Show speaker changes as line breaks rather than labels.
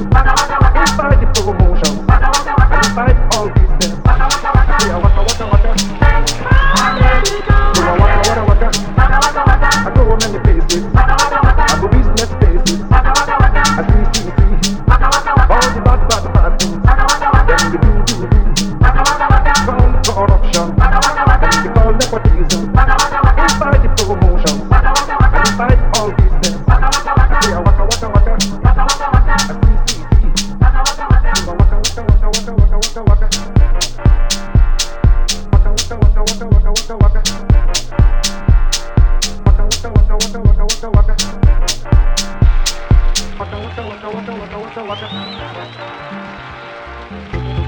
Inspired the promotion. Inspired all business. Yeah, waka waka waka. Yeah, waka waka waka. I go on many places. I go business places. I see see see. All the bad bad bad things. Then the do do do. Crown corruption. Then they call nepotism. Inspired the promotion. Inspired all business. Yeah, waka waka waka. I see see see. Waka waka waka waka waka waka waka